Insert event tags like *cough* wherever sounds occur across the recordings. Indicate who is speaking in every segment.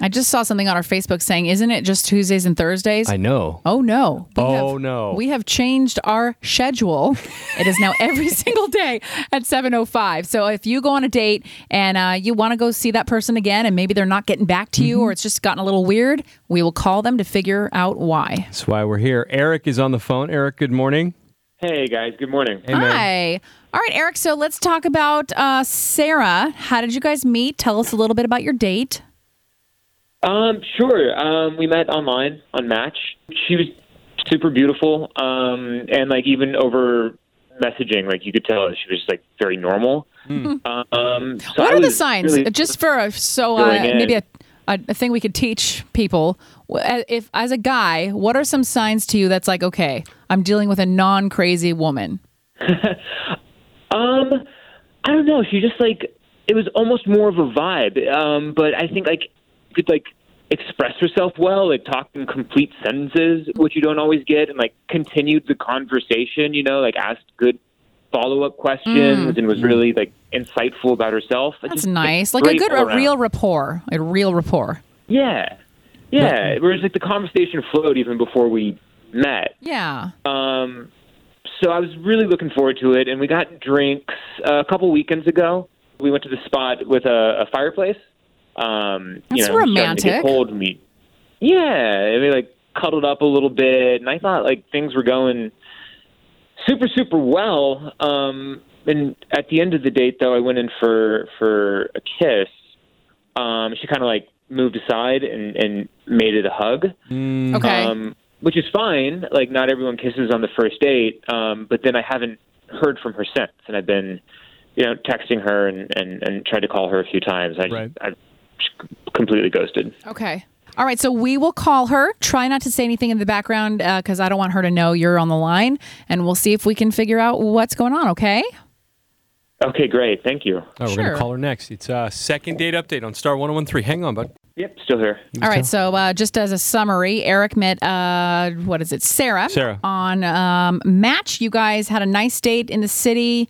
Speaker 1: I just saw something on our Facebook saying, isn't it just Tuesdays and Thursdays?
Speaker 2: I know.
Speaker 1: oh, no. We
Speaker 2: Oh,
Speaker 1: have-
Speaker 2: no.
Speaker 1: We have changed our schedule. it is now
Speaker 2: *laughs*
Speaker 1: every single day at 7.05. So if you go on a date and uh, you want to go see that person again and maybe they're not getting back to
Speaker 2: Mm-hmm.
Speaker 1: you or it's just gotten a little weird, we will call them to figure out why.
Speaker 2: That's why we're here. Eric is on the phone. Eric, good morning.
Speaker 3: Hey guys, good morning.
Speaker 2: Hey, man.
Speaker 1: Hi. All right, Eric. So let's talk about uh, Sarah. How did you guys meet? Tell us a little bit about your date.
Speaker 3: Um, sure. Um, we met online on Match. She was super beautiful. Um, and like even over messaging, like you could tell she was just like very normal. Um, so
Speaker 1: Hmm. what
Speaker 3: I
Speaker 1: are the
Speaker 3: was
Speaker 1: signs? Uh,
Speaker 3: really-
Speaker 1: Just for a, so uh,
Speaker 3: Going in.
Speaker 1: maybe a, a, a thing we could teach people. Wh- If as a guy, what are some signs to you that's like, okay, I'm dealing with a non crazy woman?
Speaker 3: Um, I don't know. She just like it was almost more of a vibe. Um, but I think like you could like express herself well, like talk in complete sentences, which you don't always get, and like continued the conversation. You know, like asked good follow up questions and was really like insightful about herself.
Speaker 1: Mm. That's
Speaker 3: Just,
Speaker 1: nice. Like a
Speaker 3: great
Speaker 1: good,
Speaker 3: all
Speaker 1: a
Speaker 3: around.
Speaker 1: real rapport. A real rapport.
Speaker 3: yeah, yeah. Whereas like the conversation flowed even before we met.
Speaker 1: Yeah.
Speaker 3: Um, so I was really looking forward to it, and we got drinks uh, a couple weekends ago. We went to the spot with a, a fireplace. Um, you
Speaker 1: That's
Speaker 3: know, it was starting to
Speaker 1: romantic.
Speaker 3: get cold, and we, yeah, and we like cuddled up a little bit, and I thought like things were going super super well. Um, and at the end of the date, though, I went in for for a kiss. Um, she kind of like moved aside and, and made it a hug
Speaker 1: Okay.
Speaker 3: um, which is fine. Like, not everyone kisses on the first date. Um, but then I haven't heard from her since, and I've been, you know, texting her and and, and tried to call her a few times. I
Speaker 2: Right.
Speaker 3: I just completely ghosted.
Speaker 1: Okay. All right. So we will call her. Try not to say anything in the background because I don't want her to know you're on the line. And we'll see if we can figure out what's going on. Okay.
Speaker 3: Okay, great. Thank you.
Speaker 2: Oh, we're going
Speaker 1: Sure.
Speaker 2: to call her next. It's uh, second date update on Star 1013. Hang on, bud.
Speaker 3: Yep, still here.
Speaker 1: All right. So uh, just as a summary, Eric met, uh, what is it, Sarah?
Speaker 2: Sarah.
Speaker 1: On um, Match. You guys had a nice date in the city.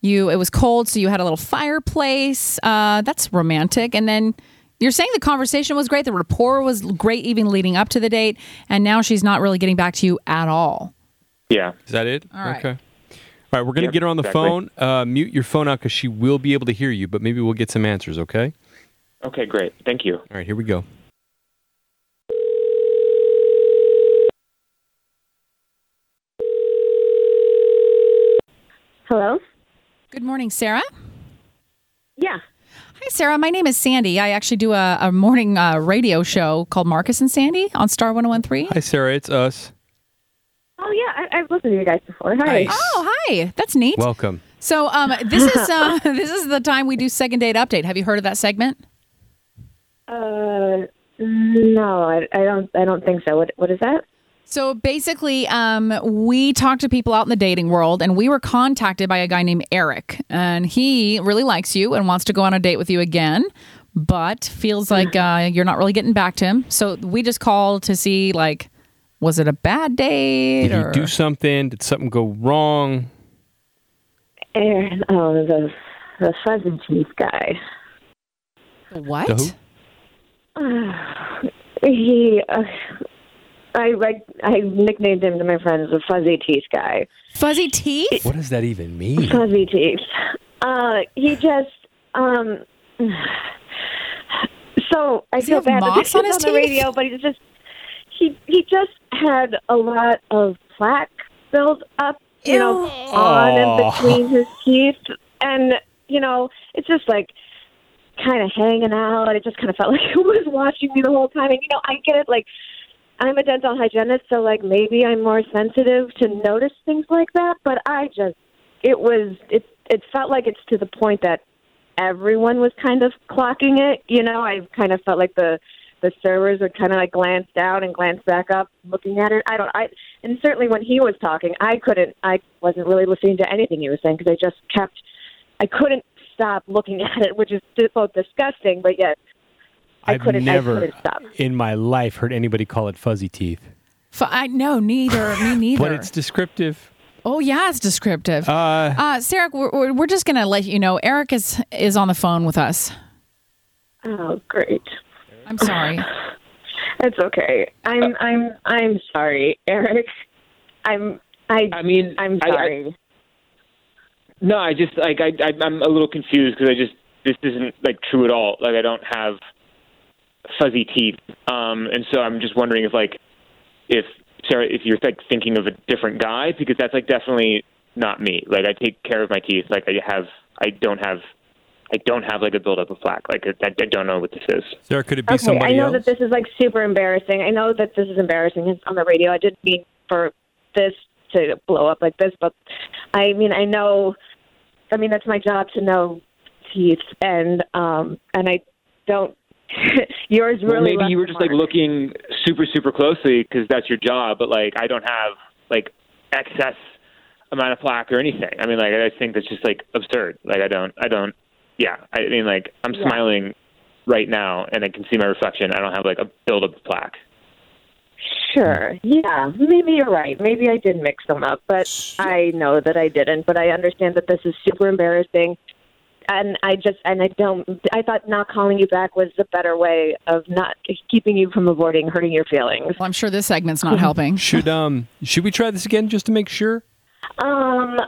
Speaker 1: You It was cold, so you had a little fireplace. Uh, that's romantic. And then. You're saying the conversation was great, the rapport was great even leading up to the date, and now she's not really getting back to you at all.
Speaker 3: Yeah.
Speaker 2: Is that it?
Speaker 1: All right.
Speaker 2: Okay. All right, we're going to
Speaker 3: Yep,
Speaker 2: get her on the
Speaker 3: exactly.
Speaker 2: phone. Uh, mute your phone out because she will be able to hear you, but maybe we'll get some answers, okay?
Speaker 3: Okay, great. Thank you.
Speaker 2: All right, here we go.
Speaker 4: Hello?
Speaker 1: Good morning, Sarah.
Speaker 4: Yeah.
Speaker 1: Hi, Sarah. My name is Sandy. I actually do a, a morning uh, radio show called Marcus and Sandy on Star 1013.
Speaker 2: Hi, Sarah. It's us.
Speaker 4: Oh, yeah. I, I've listened to you guys before. Hi.
Speaker 1: Oh, hi. That's neat.
Speaker 2: Welcome.
Speaker 1: so um, this
Speaker 2: *laughs*
Speaker 1: is uh, *laughs* this is the time we do second date update. Have you heard of that segment?
Speaker 4: Uh, no, I, I don't. I don't think so. What What is that?
Speaker 1: So basically, um, we talked to people out in the dating world, and we were contacted by a guy named Eric, and he really likes you and wants to go on a date with you again, but feels like
Speaker 2: Mm.
Speaker 1: uh, you're not really getting back to him. So we just called to see like, was it a bad date?
Speaker 2: Did
Speaker 1: or...
Speaker 2: you do something? Did something go wrong?
Speaker 4: Aaron, oh, the the pheasant chief guy.
Speaker 1: What?
Speaker 2: The who?
Speaker 4: *sighs* He. Uh, I, I I nicknamed him to my friends the fuzzy teeth guy.
Speaker 1: Fuzzy teeth?
Speaker 2: What does that even mean?
Speaker 4: Fuzzy teeth. Uh, he just um. So I
Speaker 1: he
Speaker 4: feel
Speaker 1: have
Speaker 4: bad that
Speaker 1: moss
Speaker 4: this
Speaker 1: on
Speaker 4: is
Speaker 1: his
Speaker 4: on the
Speaker 1: teeth?
Speaker 4: radio, but he just he he just had a lot of plaque build up, you know,
Speaker 1: Ew.
Speaker 4: on and between his teeth, and you know, it's just like kind of hanging out. It just kind of felt *laughs* like it was watching me the whole time, and you know, I get it, like. I'm a dental hygienist, so like maybe I'm more sensitive to notice things like that. But I just, it was, it, it felt like it's to the point that everyone was kind of clocking it. You know, I kind of felt like the the servers would kind of like glance down and glance back up, looking at it. I don't. I and certainly when he was talking, I couldn't. I wasn't really listening to anything he was saying because I just kept. I couldn't stop looking *laughs* at it, which is both disgusting, but yet I
Speaker 2: I've
Speaker 4: couldn't- I
Speaker 2: never
Speaker 4: couldn't stop.
Speaker 2: *laughs* in my life heard anybody call it fuzzy teeth,
Speaker 1: Fu- I no, neither. Me neither.
Speaker 2: *laughs* but it's descriptive.
Speaker 1: oh yeah, it's descriptive. Uh,
Speaker 2: Uh,
Speaker 1: Sarah, we're- we're, we're just gonna let you know. Eric is is on the phone with us.
Speaker 4: oh great.
Speaker 1: I'm sorry.
Speaker 4: It's okay. I'm I'm I'm sorry, Eric. I'm I
Speaker 3: I mean,
Speaker 4: I'm
Speaker 3: I- I-
Speaker 4: sorry.
Speaker 3: No, I just like I, I I'm a little confused because I just this isn't like true at all. Like I don't have fuzzy teeth, um, and so I'm just wondering if like if Sarah, if you're like thinking of a different guy because that's like definitely not me. Like I take care of my teeth. Like I have I don't have I don't have like a buildup of plaque. Like I, I don't know what this is.
Speaker 2: Sarah, could it be
Speaker 4: okay, I
Speaker 2: somebody
Speaker 4: know
Speaker 2: else?
Speaker 4: that this is like super embarrassing. I know that this is embarrassing It's on the radio. I didn't mean for this to blow up like this, but I mean, I know. I mean, that's my job to know teeth, and um, and I don't. *laughs* yours
Speaker 3: Well,
Speaker 4: really.
Speaker 3: maybe
Speaker 4: left
Speaker 3: you were
Speaker 4: a
Speaker 3: just like
Speaker 4: mark.
Speaker 3: looking super super closely because that's your job. But like I don't have like excess amount of plaque or anything. I mean, like I think that's just like absurd. Like I don't I don't yeah. I mean, like I'm
Speaker 4: Yeah.
Speaker 3: smiling right now and I can see my reflection. I don't have like a buildup of plaque.
Speaker 4: Sure. Yeah. Maybe you're right. Maybe I did mix them up, but I know that I didn't. But I understand that this is super embarrassing, and I just and I don't. I thought not calling you back was the better way of not keeping you from avoiding hurting your feelings.
Speaker 1: Well, I'm sure this segment's not helping.
Speaker 2: Should um should we try this again just to make sure?
Speaker 4: Um,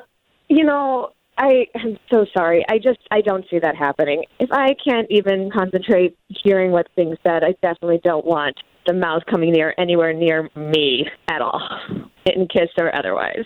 Speaker 4: you know, I am so sorry. I just I don't see that happening. If I can't even concentrate hearing what's being said, I definitely don't want the mouth coming near anywhere near me at all, in kiss or otherwise.